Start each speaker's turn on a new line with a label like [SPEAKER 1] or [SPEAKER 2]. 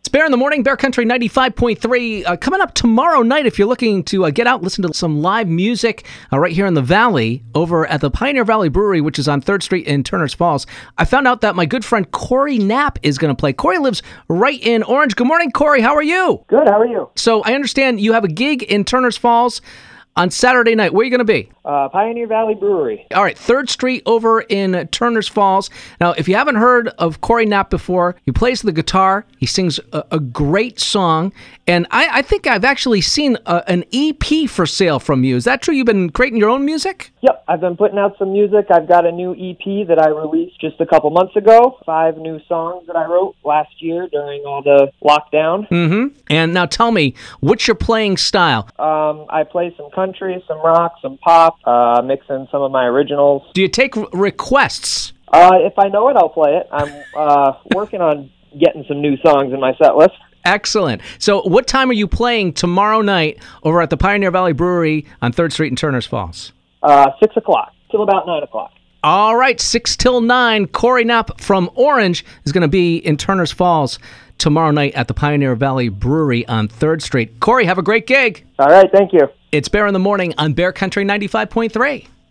[SPEAKER 1] It's Bear in the Morning, Bear Country 95.3. Uh, coming up tomorrow night, if you're looking to uh, get out, listen to some live music uh, right here in the Valley over at the Pioneer Valley Brewery, which is on 3rd Street in Turner's Falls. I found out that my good friend Corey Knapp is going to play. Corey lives right in Orange. Good morning, Corey. How are you?
[SPEAKER 2] Good. How are you?
[SPEAKER 1] So I understand you have a gig in Turner's Falls on Saturday night. Where are you going to be?
[SPEAKER 2] Uh, Pioneer Valley Brewery.
[SPEAKER 1] All right, Third Street over in Turner's Falls. Now, if you haven't heard of Corey Knapp before, he plays the guitar. He sings a, a great song, and I, I think I've actually seen a, an EP for sale from you. Is that true? You've been creating your own music?
[SPEAKER 2] Yep, I've been putting out some music. I've got a new EP that I released just a couple months ago. Five new songs that I wrote last year during all the lockdown.
[SPEAKER 1] And now tell me, what's your playing style?
[SPEAKER 2] Um, I play some country, some rock, some pop, uh, mix in some of my originals.
[SPEAKER 1] Do you take re- requests?
[SPEAKER 2] Uh, if I know it, I'll play it. I'm uh, working on getting some new songs in my set list.
[SPEAKER 1] Excellent. So, what time are you playing tomorrow night over at the Pioneer Valley Brewery on 3rd Street in Turner's Falls?
[SPEAKER 2] Uh, six o'clock till about nine o'clock.
[SPEAKER 1] All right, six till nine. Corey Knapp from Orange is going to be in Turner's Falls tomorrow night at the Pioneer Valley Brewery on 3rd Street. Corey, have a great gig.
[SPEAKER 2] All right, thank you.
[SPEAKER 1] It's Bear in the Morning on Bear Country 95.3.